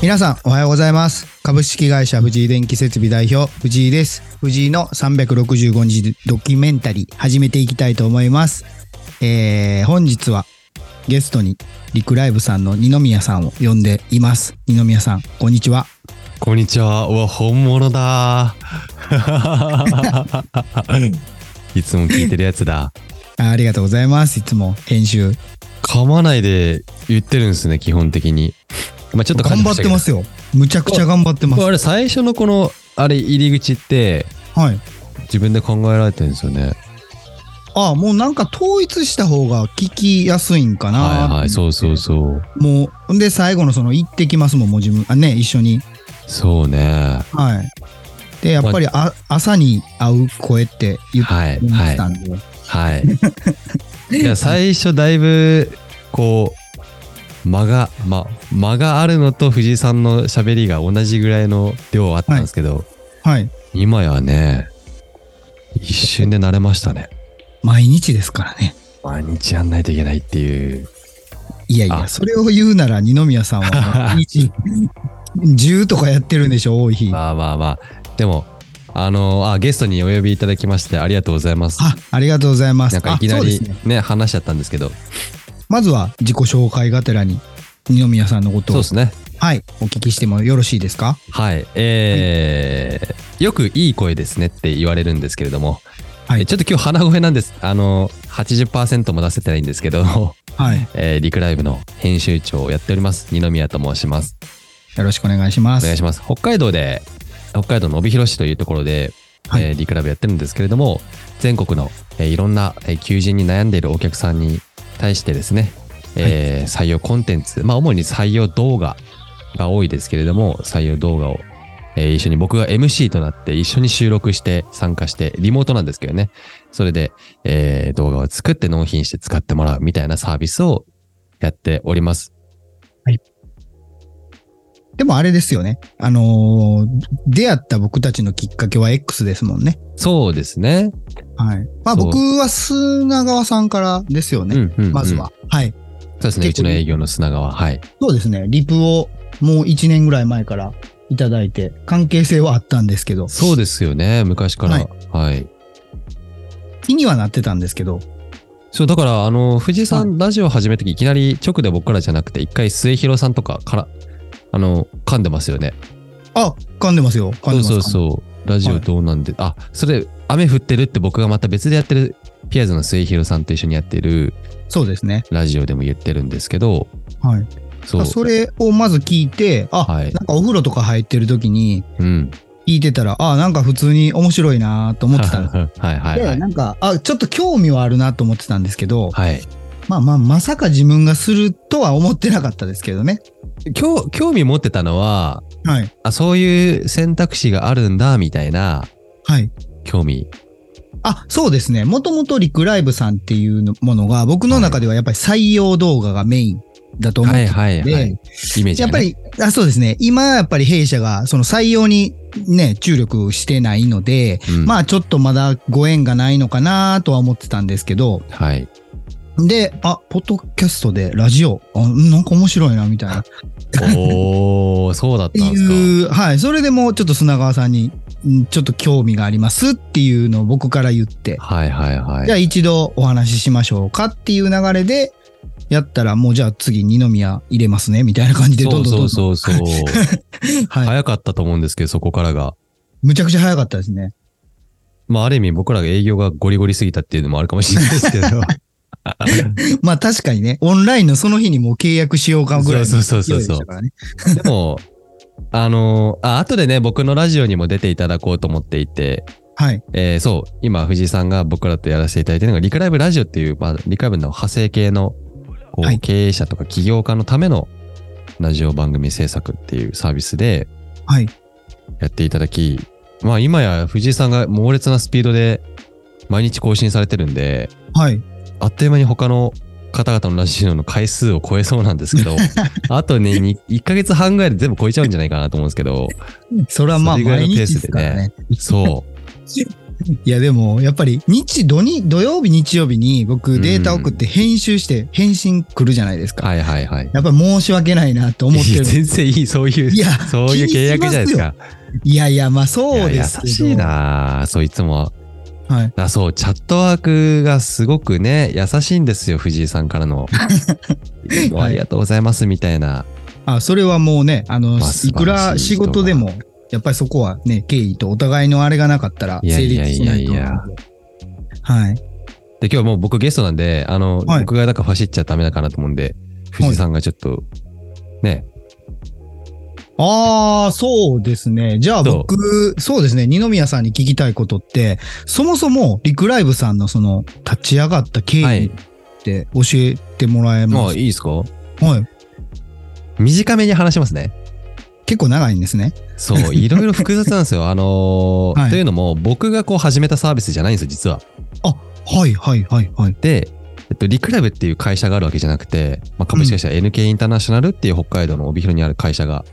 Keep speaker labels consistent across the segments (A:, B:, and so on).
A: 皆さんおはようございます株式会社藤井電気設備代表藤井です藤井の365日ドキュメンタリー始めていきたいと思いますえー、本日はゲストにリクライブさんの二宮さんを呼んでいます二宮さんこんにちは
B: こんにちは。うわ、本 物だ。いつも聞いてるやつだ。
A: あありがとうございますいつも編集
B: 噛まないで言ってるんですね、基本的に。まあ、ちょっと。
A: 頑張ってますすよむちゃくちゃ頑張ってま
B: これ
A: す
B: あれ、最初のこの、あれ、入り口って、
A: はい
B: 自分で考えられてるんですよね。
A: ああもうなんか統一した方が聞きやすいんかな
B: はいはい、そうそうそう。
A: もう、んで、最後のその、行ってきますもん、もう自分、あね、一緒に。
B: そうね。
A: はい。で、やっぱり、あ、朝に会う声って言って
B: はい、
A: ま
B: は
A: し
B: い
A: た、んで。
B: はい。いや、最初、だいぶ、こう、間が、ま、間があるのと藤井さんの喋りが同じぐらいの量あったんですけど、
A: はい。
B: 今やね一瞬で慣れましたね
A: 毎日ですからね。
B: 毎日やんないといけないっていう
A: いやいや、
B: あ
A: それを言うなら、二宮さん は、毎日、10とかやってるんでしょ、多い日。
B: まあまあまあでもあのあゲストにお呼びいただきましてありがとうございます
A: あ、ありがとうございます。
B: なんかいきな
A: あそうで
B: り
A: す
B: ね
A: ね。
B: 話しちゃったんですけど
A: まずは、自己紹介がてらに、二宮さんのこと
B: そう
A: を
B: で、すね
A: はい、お聞きしてもよろしいですか
B: はいえーよくいい声ですねって言われるんですけれども、
A: はい
B: えちょっと今日鼻声なんですあの80%も出 せてないんですけど、
A: はい。
B: えーリクライブの編集長をやっております二宮と申します
A: よろしくお願いしま
B: お
A: す。
B: 願いします。北海道で、北海道の帯広市というところで、
A: はい
B: えーリクラブやってるんですけれども、全国の、えーいろんな、えー求人に悩んでいるお客さんに対してですね、えー採用コンテンツ、まあ主に採用動画が多いですけれども、採用動画を、えー一緒に僕が MC となって一緒に収録して参加して、リモートなんですけどね、それで、えー動画を作って納品して使ってもらうみたいなサービスをやっております。
A: でもあれですよね。あのー出会った僕たちのきっかけは X ですもんね。
B: そうですね。
A: はい。まあ
B: そう
A: 僕は砂川さんからですよね。
B: んうんうん
A: まずは。はい。
B: そうですね。う
A: 結
B: ち
A: 構
B: の営業の砂川。はい。
A: そうですね。リプをもう1年ぐらい前からいただいて、関係性はあったんですけど、
B: そうですよね。昔から。
A: は
B: はいい。
A: 気にはなってたんですけど、
B: そう、だから、あの、藤井さん、ラジオ始めた時、いきなり直で僕からじゃなくて、一回末広さんとかから、あの、噛んでますよね。
A: あ、噛んでますよ。噛んで
B: そう
A: ます。
B: そうそう。ラジオどうなんで、あ、それ、雨降ってるって僕がまた別でやってる、ピアーズの末広さんと一緒にやってる
A: そうですね。
B: ラジオでも言ってるんですけど、
A: はい。
B: そう。
A: それをまず聞いて、あ、
B: はい
A: なんかお風呂とか入ってる時に
B: うん。
A: 聞いてたら、あ、なんか普通に面白いなと思ってたんです。
B: はいはいは
A: で、
B: い。
A: なんか、あ、ちょっと興味はあるなと思ってたんですけど、
B: はい。
A: まあまあ、まさか自分がするとは思ってなかったですけどね。
B: 今日、興味持ってたのは、
A: はい。
B: あ、そういう選択肢があるんだ、みたいな
A: はい。
B: 興味。
A: あ、そうですね。もともとリクライブさんっていうのものが、僕の中ではやっぱり採用動画がメインだと思っ
B: はい
A: て
B: はい
A: て、
B: はい。イメージ
A: や
B: が
A: っ
B: ね、
A: ぱり、あ、そうですね。今やっぱり弊社がその採用にね、注力してないので、
B: うん
A: まあちょっとまだご縁がないのかなとは思ってたんですけど、
B: はい。
A: で、あ、ポッドキャストでラジオ、あなんか面白いなみたいな。
B: おお、そうだっ
A: って
B: たんです
A: いう、はい、それでもうちょっと砂川さんに、んちょっと興味がありますっていうのを僕から言って
B: か。、はいはいは
A: じゃあ
B: い。
A: 一度お話ししましょうかっていう流れで、やったらもうじゃあ次二宮入れますねみたいな感じで、
B: そ
A: どん
B: う
A: どんどんど
B: そ
A: ん
B: うそうそう。
A: はい、
B: 早かったと思うんですけど、そこからが。
A: むちゃくちゃ早かったですね。
B: まあ、ある意味僕らが営業がゴリゴリすぎたっていうのもあるかもしれないです けど。
A: まあ確かにね、オンラインのその日にもう契約しようかぐらいの勢
B: そ
A: いうで
B: そうそうそう
A: したからね。
B: でも、あのあ、後でね、僕のラジオにも出ていただこうと思っていて、
A: はい。
B: えーそう、今、藤井さんが僕らとやらせていただいてるのが、リクライブラジオっていう、まあ、リクライブの派生系の、こう
A: はい
B: 経営者とか起業家のためのラジオ番組制作っていうサービスで、
A: はい。
B: やっていただき、まあ今や藤井さんが猛烈なスピードで毎日更新されてるんで、
A: はい。
B: あっという間に他の方々のラジオの回数を超えそうなんで すけど、あとね、に1ヶ月半ぐらいで全部超えちゃうんじゃないかなと思うんですけど、
A: それはまあ
B: それぐら
A: 毎
B: いの
A: 日
B: ペー
A: で
B: ス
A: す
B: でね
A: からね。
B: そう。
A: いや、でも、やっぱり、日、土に、土曜日、日曜日に僕データ送って編集して返信来るじゃないですか。
B: はいはいはい。
A: やっぱり申し訳ないなと思っ
B: い
A: て
B: や
A: る。
B: 全然いい、そういう、
A: いや、
B: そういう契約じゃないですか。
A: いやいや、まあそう
B: い
A: で
B: や
A: すけど。
B: 優しい。なそう、いつも。
A: はい。
B: あそう、チャットワークがすごくね、優しいんですよ、藤井さんか らの。いつもありがとうございます、みたいな。
A: あ、それはもうね、あの、
B: まあ
A: いくら仕事でも、やっぱりそこはね、敬意とお互いのあれがなかったら
B: いや
A: 成
B: いや
A: 立しないと思う
B: いやいや
A: ので。はい。
B: で、今日もう僕ゲストなんで、あの、
A: はい
B: 僕がだから走っちゃダメだかなと思うんで、藤井さんがちょっと、ね、
A: ああ、そうですね。じゃあ
B: どう
A: 僕、そうですね。二宮さんに聞きたいことって、そもそもリクライブさんのその立ち上がった経
B: は
A: 緯
B: い
A: っ。て教えてもらえ
B: も
A: ま
B: う
A: す、
B: いいですか
A: はい。
B: 短めに話しますね。
A: 結構長いんですね。
B: そう、いろいろ複雑なんですよ。あの ー
A: はい
B: というのも、僕がこう始めたサービスじゃないんですよ、実は。
A: はいはいはいはい。
B: で、えっと、リクラブっていう会社があるわけじゃなくて、まあ、株式会社 NK インターナショナルっていう北海道の帯広にある会社が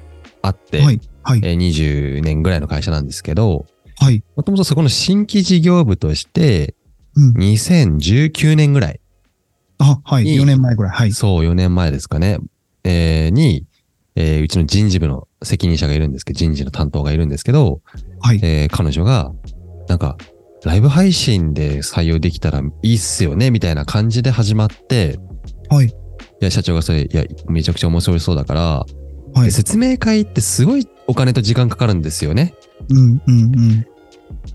B: あって、
A: はいはい
B: えー20年ぐらいの会社なんですけど、
A: はい。
B: もともとそこの新規事業部として、
A: うん。
B: 2019年ぐらい、
A: あ、はい。
B: いい
A: 4年前ぐらい。はい。
B: そう4年前ですかね、えーに、えーうちの人事部の責任者がいるんですけど、人事の担当がいるんですけど、
A: はい。
B: えー彼女が、なんか、ライブ配信で採用できたらいいっすよね、みたいな感じで始まって、
A: はい
B: いや、社長がそれ、いや、めちゃくちゃ面白そうだから、
A: はい
B: で。説明会ってすごいお金と時間かかるんですよね。
A: うんうんうん。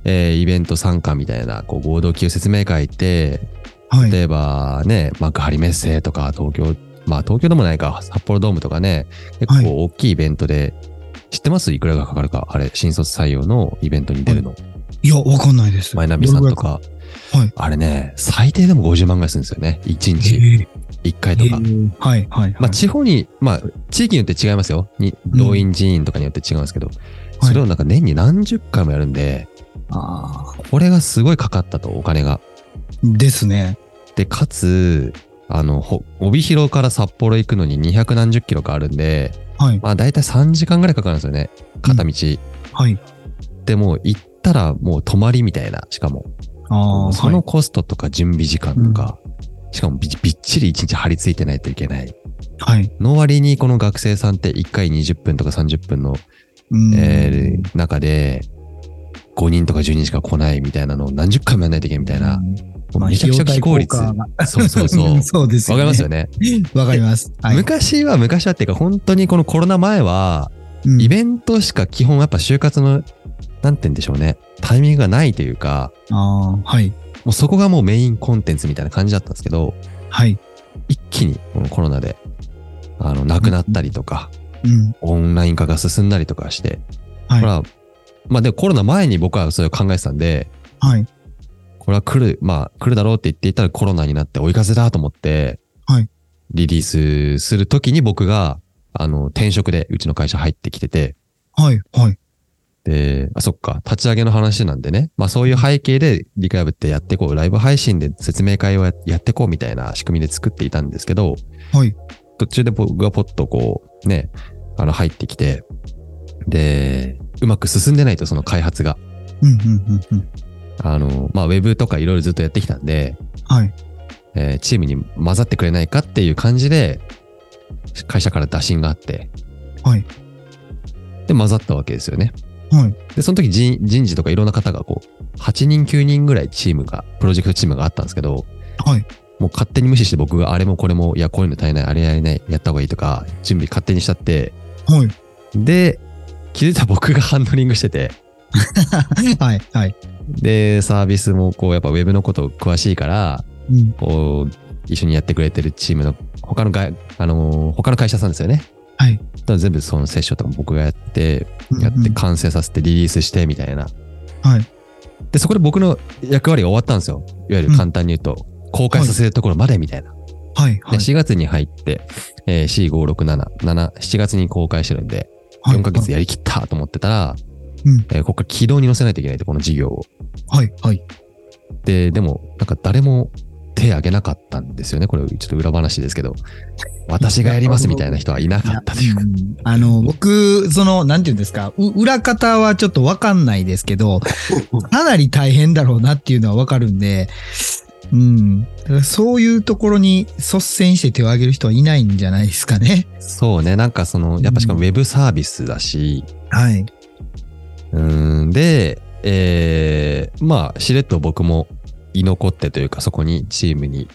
B: えーイベント参加みたいな、こう、合同級説明会って、
A: はい。
B: 例えばね、幕張メッセとか東京、まあ東京でもないか、札幌ドームとかね、結構大きいイベントで、知ってますいくらがかかるか、あれ、新卒採用のイベントに出るの。
A: いや、わかんないです。
B: マイナビさんと
A: どれ
B: か、
A: ぐらいかはい
B: あれね、最低でも50万ぐらいするんですよね。1
A: どれ
B: 日
A: ぐらいか。
B: 1回
A: え
B: と
A: ー
B: か。
A: えーはいはいは
B: まあ、
A: い。
B: 地方に、まあ、地域によって違いますよ。に
A: うん
B: 動員人員とかによって違うんですけど、
A: い
B: それをなんか年に何十回もやるんで、
A: あ
B: これがすごいかかったと、お金が。
A: ーですね。
B: で、かつ、あの、ほ帯広から札幌行くのに200何十キロかあるんで、
A: はい
B: まあ、大体3時間ぐらいかかるんですよね。片道。
A: はい。
B: でも、行ったらもう泊まりみたいな、しかも。
A: ああ、
B: そ
A: は
B: の
A: い
B: コストとか準備時間とか、しかもびびっちり一日張り付いてないといけない。
A: はい。
B: の割にこの学生さんって1回20分とか30分の、
A: うん
B: えー中で5人とか10人しか来ないみたいなのを何十回もやらないといけないみたいな、
A: うん
B: もうめちゃくちゃ非効率。
A: ま
B: そうそうそう。
A: あ費用対効果が
B: わ
A: そうです
B: か
A: よ、ね。
B: りますよね。
A: わかります。はい
B: 昔は昔はっていうか本当にこのコロナ前は、
A: うん
B: イベントしか基本やっぱ就活の、なんて言うんでしょうね、タイミングがないというか、
A: ああ、はい。
B: もうそこがもうメインコンテンツみたいな感じだったんですけど、
A: はい。
B: 一気にこのコロナで、あの、なくなったりとか、
A: うん。
B: オンライン化が進んだりとかして、
A: はい
B: これは、まあでもコロナ前に僕はそれを考えてたんで、
A: はい。
B: これは来る、まあ来るだろうって言っていたらコロナになって追い風だと思って、
A: はい
B: リリースするときに僕が、あの、転職でうちの会社入ってきてて、
A: はい。はい。
B: で、あ、そっか、立ち上げの話なんでね。まあそういう背景でリクライブってやってこう、ライブ配信で説明会をややってこうみたいな仕組みで作っていたんですけど、
A: はい。
B: 途中で僕がポッとこう、ね、あの入ってきて、で、うまく進んでないとその開発が。
A: うん。うん。うん。うん。
B: あの、まあウェブとかいろいろずっとやってきたんで、
A: はい。
B: えーチームに混ざってくれないかっていう感じで、会社から打診があって、
A: はい。
B: で、混ざったわけですよね。
A: はい。
B: で、その時人人事とかいろんな方がこう、8人9人ぐらいチームが、プロジェクトチームがあったんですけど、
A: はい。
B: もう勝手に無視して僕があれもこれも、いや、こういうの足りない、あれやりない、やった方がいいとか、準備勝手にしちゃって、
A: はい。
B: で、気づいたら僕がハンドリングしてて、
A: はい。はい。
B: で、サービスもこう、やっぱウェブのこと詳しいから、
A: うん。
B: こう、一緒にやってくれてるチームの、他の外、あのー他の会社さんですよね。
A: はい。
B: 全部そのセッションとか僕がやって、
A: うん
B: やって
A: うん
B: 完成させてリリースしてみたいな。
A: はい。
B: で、そこで僕の役割が終わったんですよ。いわゆる簡単に言うと、公開させるところまでみたいな。
A: はい。は
B: で
A: い。
B: 4月に入って、えー、C567、7、7月に公開してるんで、
A: はい
B: 4ヶ月やりきったと思ってたら、
A: うん
B: えーここから軌道に乗せないといけないと、この事業を。
A: はい。はい。
B: で、でも、なんか誰も手挙げなかったんですよね。これ、ちょっと裏話ですけど、私がやりますみたいな人はいなかったというか。
A: あの、僕、その、なんていうんですか、う裏方はちょっとわかんないですけ ど、かなり大変だろうなっていうのはわかるんで、うん。だからそういうところに率先して手を挙げる人はいないんじゃないですかね。
B: そうね、なんかその、やっぱしかもウェブサービスだし、
A: はい。
B: うん、で、えーまあ、しれっと僕も居残ってというか、そこにチームに、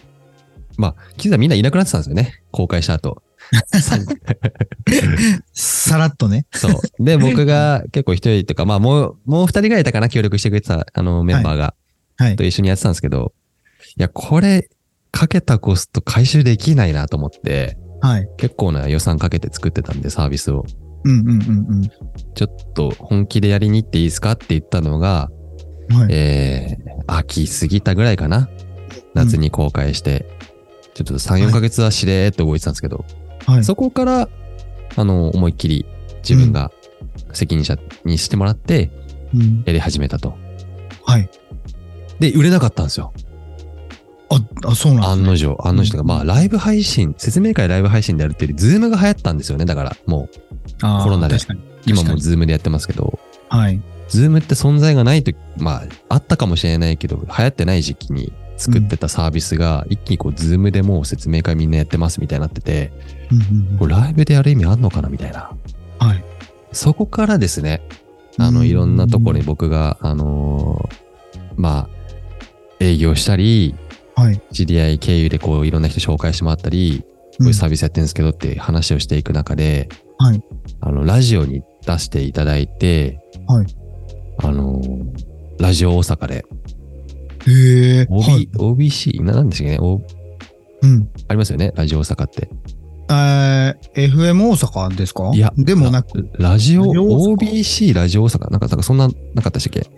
B: まあ、実はみんないなくなってたんですよね、公開した後。
A: さらっとね。
B: そう。 で、僕が結構一人とか、まあ、もう、もう二人ぐらいいたかな、協力してくれてた、あの、メンバーが、
A: はい
B: と。一緒にやってたんですけど、いや、これ、かけたコスト回収できないなと思って、
A: はい。
B: 結構な予算かけて作ってたんで、サービスを。
A: うんうんうん
B: ちょっと本気でやりに行っていいですかって言ったのが、
A: うん。はい。
B: えー、秋過ぎたぐらいかな。夏に公開して、ちょっと3、
A: はい
B: 4ヶ月はしれーって動いてたんですけど、
A: はい。
B: そこから、あの、思いっきり自分が責任者にしてもらって、
A: うん
B: やり始めたと。
A: はい。
B: で、売れなかったんですよ。
A: あ、あそうなん
B: 案
A: ですね
B: の定、案の定とか、まあ、ライブ配信、説明会ライブ配信でやるっていうより、ズームが流行ったんですよね。だから、もう、
A: あー
B: コロナで
A: 確かに。
B: 今
A: 確か
B: も
A: に
B: ズームでやってますけど、
A: はい。
B: ズームって存在がないと、まあ、あったかもしれないけど、流行ってない時期に作ってたサービスが、一気にこう、ズームでもう説明会みんなやってますみたいになってて、
A: うんうんうん
B: これライブでやる意味あんのかなみたいな。
A: はい。
B: そこからですね、あ
A: う
B: の、
A: ん
B: いろんなところに僕が、あのーまあ、営業したり、
A: はい。
B: 知り合い経由でこう、いろんな人紹介してもらったり、こういうサービスやってるんですけどって話をしていく中で、
A: はい
B: あの、ラジオに出していただいて、
A: はい
B: あのーラジオ大阪で、
A: うんへえ。
B: OB
A: はい。
B: OBC、ななんですかね、O-
A: うん。
B: ありますよね、ラジオ大阪って。
A: えー FM 大阪ですか
B: いや
A: でもなく、
B: ラジオ、
A: ラジオ大阪
B: OBC ラジオ大阪、なんか、なんかそんな、なかったでしたっけ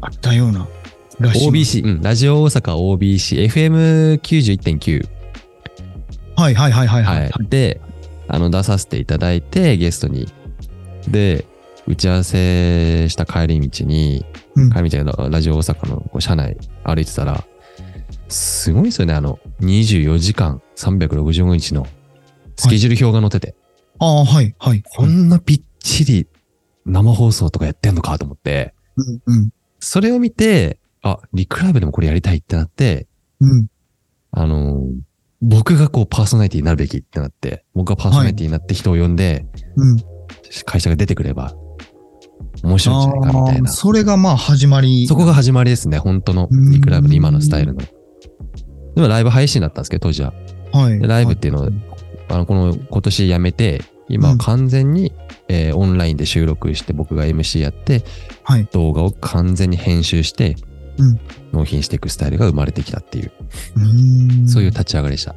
A: あったような。らしい。
B: ?OBC、うん、ラジオ大阪 OBC、FM91.9。
A: はいはいはいはいはい。
B: はい。で、あの、出させていただいて、ゲストに。で、打ち合わせした帰り道に、
A: うん
B: 帰り道のラジオ大阪のこう車内歩いてたら、すごいですよね、あの、24時間365日のスケジュール表が載ってて、
A: ああ、はいはい。
B: こんなびっちり生放送とかやってんのかと思って、
A: うんうん。
B: それを見て、あ、リクライブでもこれやりたいってなって、
A: うん。
B: あのー僕がこうパーソナリティになるべきってなって、僕がパーソナリティになって人を呼んで、
A: うん。
B: 会社が出てくれば面白いんじゃないかみ
A: あ
B: たい
A: あ、
B: な。そ
A: それがまあ始まり。
B: こが始まりですね、本当の
A: うん
B: リクライブの今のスタイルの。でもライブ配信だったんですけど、当時は。
A: はい。
B: でライブっていうのを
A: は
B: あの、この今年やめて、今は完全に、えーオンラインで収録して僕が MC やって、
A: はい
B: 動画を完全に編集して、
A: うん
B: 納品していくスタイルが生まれてきたっていう、
A: うーん
B: そういう立ち上がりでした。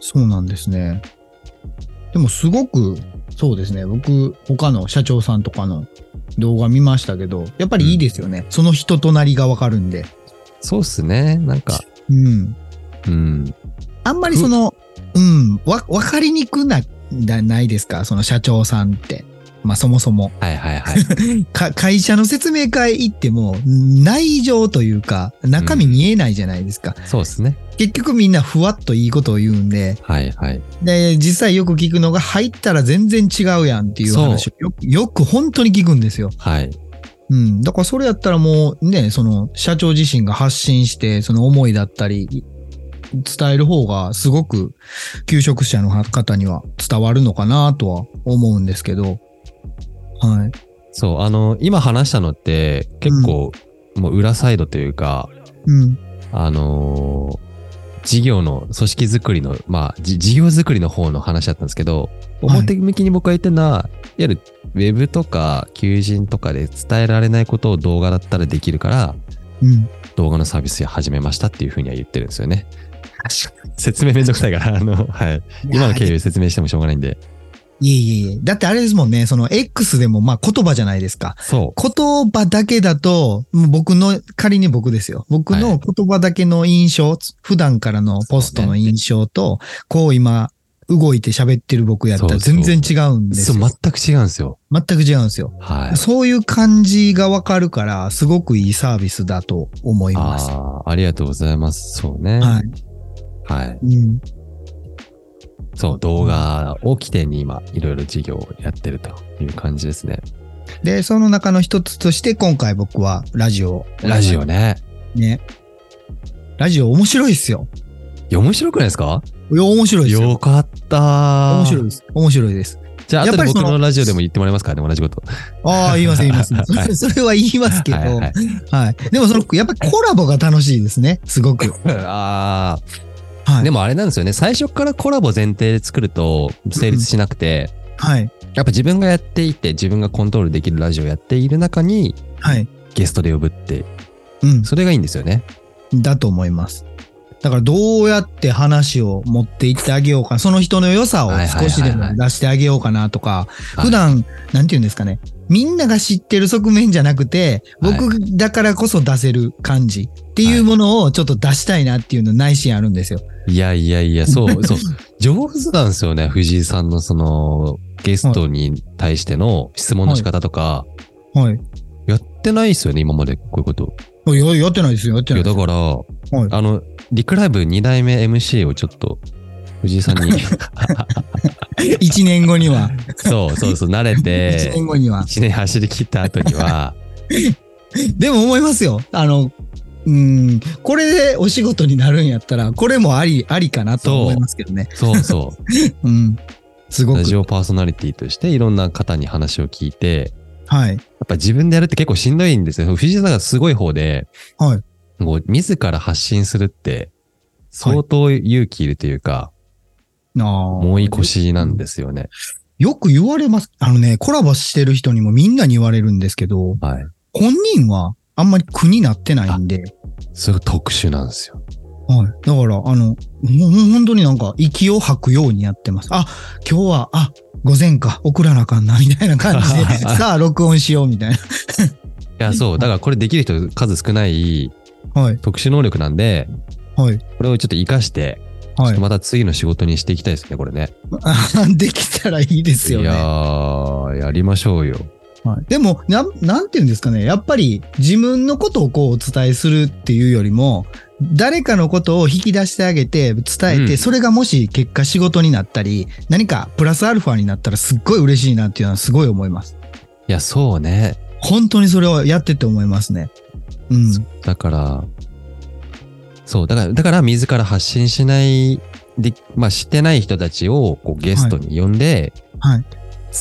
A: そうなんですね。でもすごく、そうですね。僕、他の社長さんとかの動画見ましたけど、やっぱりいいですよね。その人となりがわかるんで。
B: そうっすね。なんか、
A: うん。
B: うん。
A: あんまりその、うん、わ、わかりにくな、だないですかその社長さんって。まあそもそも。
B: はいは いはい。
A: か会社の説明会行っても内情というか中身見えないじゃないですか、
B: そうっすね。
A: 結局みんなふわっといいことを言うんで
B: はいはい。
A: で実際よく聞くのが入ったら全然違うやんっていう話をよくよく本当に聞くんですよ、
B: はい。
A: うん、だからそれやったらもうねその社長自身が発信してその思いだったり伝える方がすごく求職者の方には伝わるのかなとは思うんですけどはい
B: そう、あの、今話したのって、結構、もう裏サイドというか、
A: うん
B: あのー事業の組織づくりの、まあ、じ事業づくりの方の話だったんですけど、
A: はい
B: 表向きに僕が言ってるのは、い、わゆるウェブとか求人とかで伝えられないことを動画だったらできるから、
A: うん
B: 動画のサービス始めましたっていうふうには言ってるんですよね。説明めんどくさいから、あの、はい。今の経由説明してもしょうがないんで。
A: いえいえいえ。だってあれですもんね、その X でもまあ言葉じゃないですか。
B: そう。
A: 言葉だけだと、もう僕の、仮に僕ですよ。僕
B: は
A: の言葉だけの印象、普段からのポストの印象と、こう今、動いて喋ってる僕やったら
B: そうそ
A: 全
B: う
A: 然違うんです
B: そう、
A: よ。
B: 全く違うんですよ。
A: 全く違うんですよ。
B: はい。
A: そういう感じがわかるから、すごくいいサービスだと思います。は
B: ああ、ありがとうございます。そうね。
A: い。
B: はい。
A: うん、
B: そう、動画を起点に今、いろいろ事業をやってるという感じですね。
A: で、その中の一つとして、今回僕はラジオ。
B: ラジオね。
A: ね。ラジオ面白いっすよ。
B: いや、面白くないですか
A: いや、面白いですよ。
B: よかった。
A: 面白いです。面白いです。
B: じゃあ、
A: やっ
B: 後
A: ぱ
B: で
A: り
B: 僕
A: その
B: のラジオでも言ってもらえますかね、同じこと。
A: ああ、言います、言います。それそれは言いますけど、
B: はいはい
A: はい。でも、その、やっぱりコラボが楽しいですね。すごく。
B: あ
A: は
B: あ、
A: い。
B: でもあれなんですよね。最初からコラボ前提で作ると成立しなくて、
A: はい。
B: やっぱ自分がやっていて、自分がコントロールできるラジオをやっている中に
A: はい。
B: ゲストで呼ぶって、
A: う
B: それがいいんですよね。
A: ん。だと思います。だから、どうやって話を持っていってあげようか。その人の良さを少しで
B: はいはいはいは
A: も
B: い
A: 出してあげようかなとか、
B: はい
A: 普段、なんて言うんですかね。みんなが知ってる側面じゃなくて、
B: はい
A: 僕だからこそ出せる感じっていうものをちょっと出したいなっていうの内心あるんですよ。
B: いやいやいや、 そう、そう。上手なんですよね、藤井さんのその、ゲストに対しての質問の仕方とか、
A: はい。
B: やってないですよね、今までこういうこと。
A: いや、やってないですよ。やって
B: い
A: な
B: や、
A: いで
B: だ
A: す。
B: から、
A: い
B: あの、リクライブ2代目 MC をちょっと、藤井さん に、
A: 1年後には。
B: そうそうそう、慣れ
A: 1
B: て、
A: 年後には。
B: 1年走り切った後には、
A: でも思いますよ。あの、うん、これでお仕事になるんやったら、これもあり、ありかなと思い ますけどね。
B: そうそう
A: うん。すごく
B: ラ。ジオパーソナリティとしていろんな方に話を聞いて、
A: はい。
B: やっぱ自分でやるって結構しんどいんですよ。藤井さんがすごい方で、
A: はい
B: こう自ら発信するって、相当勇気いるというか、
A: ああ
B: もういい腰なんですよね。
A: よく言われます。あのね、コラボしてる人にもみんなに言われるんですけど、
B: はい。
A: 本人はあんまり苦になってないんで、
B: すごい特殊なんですよ。
A: はい。だから、あの、ほほ本当になんか息を吐くようにやってます。あ、今日は、あ、午前か、送らなあかんな、みたいな感じ で、さあ、録音しよう、みたい
B: いや、そう。だからこれできる人数少ない
A: な。はい、
B: 特殊能力なんで、
A: はい、
B: これをちょっと活かして、ちょ
A: は
B: っ
A: い
B: と。また次の仕事にしていきたいですね、これね。
A: あ できたらいいですよ
B: い
A: ね。
B: やー、やりましょうよ。
A: はいでもなん、なんていうんですかね、やっぱり自分のことをこうお伝えするっていうよりも、誰かのことを引き出してあげて、伝えて、
B: うん
A: それがもし結果仕事になったり、何かプラスアルファになったらすっごい嬉しいなっていうのはすごい思います。
B: いや、そうね。
A: 本当にそれをやってて思いますね。うん。
B: だから、そう、だから、だから自ら発信しない、で、まあ、してない人たちをこうゲストに呼んで、
A: はい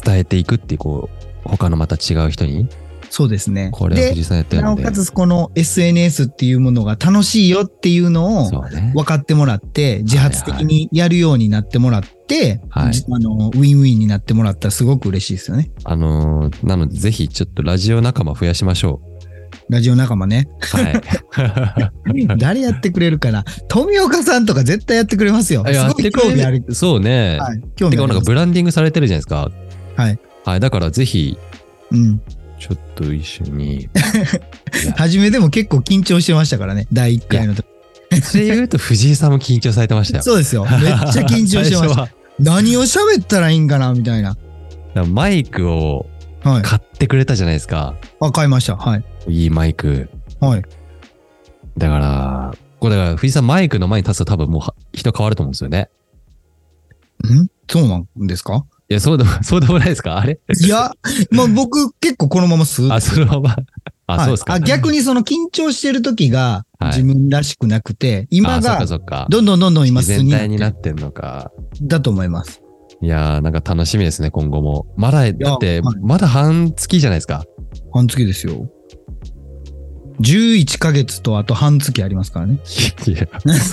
B: 伝えていくっていう、こう、他のまた違う人に、
A: そうですね。
B: これは
A: で
B: 藤井さんやってる
A: な
B: の
A: お
B: で。
A: かつこの SNS っていうものが楽しいよっていうのを
B: そうね。
A: 分かってもらって、自発的にやるようになってもらって、
B: はい
A: じあのウィンウィンになってもらったらすごく嬉しいですよね。
B: あのーなので、ぜひちょっとラジオ仲間増やしましょう。
A: ラジオ仲間ね。
B: はい。
A: 誰やってくれるかな富岡さんとか絶対やってくれます よ。
B: いや
A: すごい興味ある。
B: そうね。
A: はい、興
B: て
A: 味あり
B: か、なん
A: ま
B: か
A: す。
B: ブランディングされてるじゃないですか。
A: はい。
B: はい。だから、ぜひ、
A: うん。
B: ちょっと一緒に。
A: 初めでも結構緊張してましたからね。第1回の時。
B: それ言うと、藤井さんも緊張されてましたよ。
A: そうですよ。めっちゃ緊張してまし
B: 最初
A: た。
B: は
A: 何を喋ったらいいんかなみたいな。
B: だからマイクを
A: はい。
B: 買ってくれたじゃないですか。
A: あ、買いました。はい。
B: いいマイク。
A: はい。
B: だから、これだから藤井さんマイクの前に立つと多分もうは人変わると思うんですよね。
A: んそうなんですか
B: いや、そうでも、 そうでもないですかあれ
A: いや、まあ僕結構このままスーッと
B: あ、そのまま。あ、
A: はい
B: そうですか。
A: あ逆にその緊張してる時が
B: はい
A: 自分らしくなくて、今
B: あそっ
A: が
B: かそっか。
A: どんどんどんどん今素
B: 全
A: に
B: 体にな
A: なっ
B: ってんのか。
A: だと思います。
B: いやー、なんか楽しみですね、今後も。まだ、だって、
A: はい
B: まだ半月じゃないですか。
A: 半月ですよ。11ヶ月とあと半月あります からね。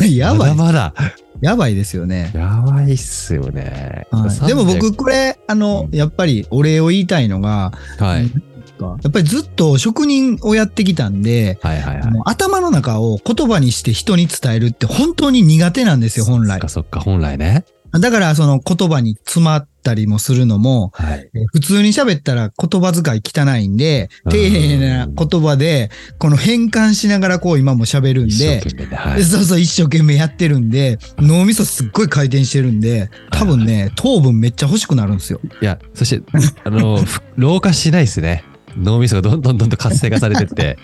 B: いや、
A: や
B: ま
A: ば
B: だ
A: い、
B: まだ。
A: やばいですよね。
B: やばいっすよね。
A: はい、でも僕これ、あの、やっぱりお礼を言いたいのが、
B: 300、はい、
A: やっぱりずっと職人をやってきたんで、
B: はいはいはい。
A: もう頭の中を言葉にして人に伝えるって本当に苦手なんですよ、本
B: そっ
A: 来
B: か。そっか、本来ね。
A: だからその言葉に詰まっったりもするのも、
B: はい。
A: えー普通に喋ったら言葉遣い汚いんで、
B: うん
A: 丁寧な言葉で、この変換しながらこう今も喋るん
B: 一生
A: で、
B: 懸命で、はい。
A: そうそう一生懸命やってるんで、脳みそすっごい回転してるんで、多分ね、糖分めっちゃ欲しくなるんですよ。
B: いや、そして、あの、ふ老化しないですね。脳みそがどんどんどんどん活性化されて って。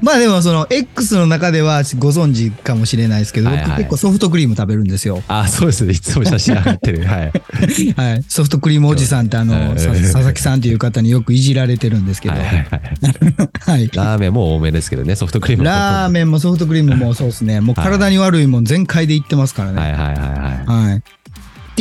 A: まあでもその X の中ではご存知かもしれないですけど、
B: はいはい
A: 僕結構ソフトクリーム食べるんですよ。
B: あ、そうですね。いつも写真上がってる。はい。
A: はい、ソフトクリームおじさんってあ
B: は
A: の、
B: い
A: さ佐々木さんという方によくいじられてるんですけど、
B: はい
A: は
B: はい
A: い、
B: はい。ラーメンも多めですけどね、ソフトクリーム
A: ラー
B: メ
A: メンもソフトクリームもそうですね、もう体に悪いもん全開でいってますから
B: は
A: ね。
B: いはいはいはい。
A: はい。って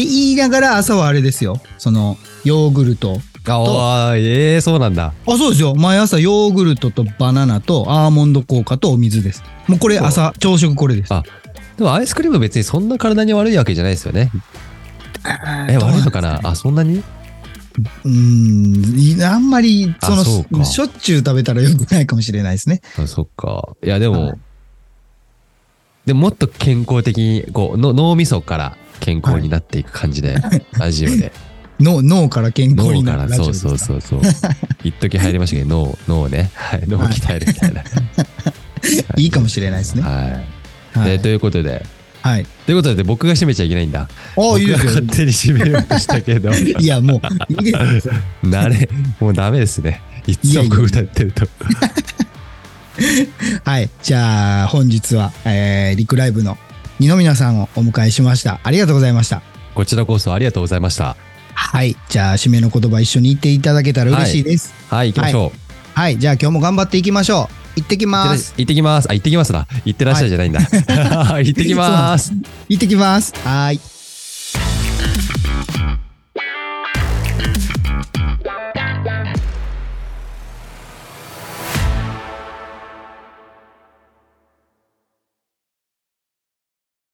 A: 言いながら朝はあれですよ、そのヨーグルト。
B: あ、おーええそうなんだ。
A: あ、そうですよ。毎朝ヨーグルトとバナナとアーモンド効果とお水です。もうこれ朝、朝食これです。
B: あでもアイスクリーム別にそんな体に悪いわけじゃないですよね。え、悪いのかなあ、そんなに
A: うーん、いあんまり、その
B: あそうか
A: しょっちゅう食べたらよくないかもしれないですね。
B: あそっか。いや、でも、
A: は
B: でももっと健康的に、こうの、脳みそから健康になっていく感じで、ラジオで。
A: の脳から健康
B: 脳
A: にな
B: か
A: る
B: ら、
A: ラジオ
B: そ
A: で
B: う
A: すか
B: そうそうそう。一時入りましたけど、脳、脳ね。はい、脳を鍛えるみたいな。
A: いいかもしれないですね。
B: はい。
A: は
B: で
A: い。
B: ということで、
A: はい、
B: ということで僕が締めちゃいけないんだ。
A: ああ、いい
B: 僕
A: で
B: が
A: すよ
B: 勝。手に締めようとした けど、
A: いや、もう、いいですよ。
B: 慣れ、もうダメですね。い
A: い
B: つ
A: やい
B: も
A: や
B: こう歌ってると。
A: はい。じゃあ、本日は、えー、リクライブの二宮さんをお迎えしました。ありがとうございました。
B: こちらこそありがとうございました。
A: はい。じゃあ、締めの言葉一緒に言っていただけたら嬉しいです。
B: はい、行きましょう。
A: はい。じゃあ、今日も頑張っていきましょう。行ってき
B: 行っ
A: ま
B: てら
A: す。
B: 行って きます。あ、行ってきますだ。行ってらっしゃいじゃないんだ。行ってきます。
A: 行ってきます。はーい。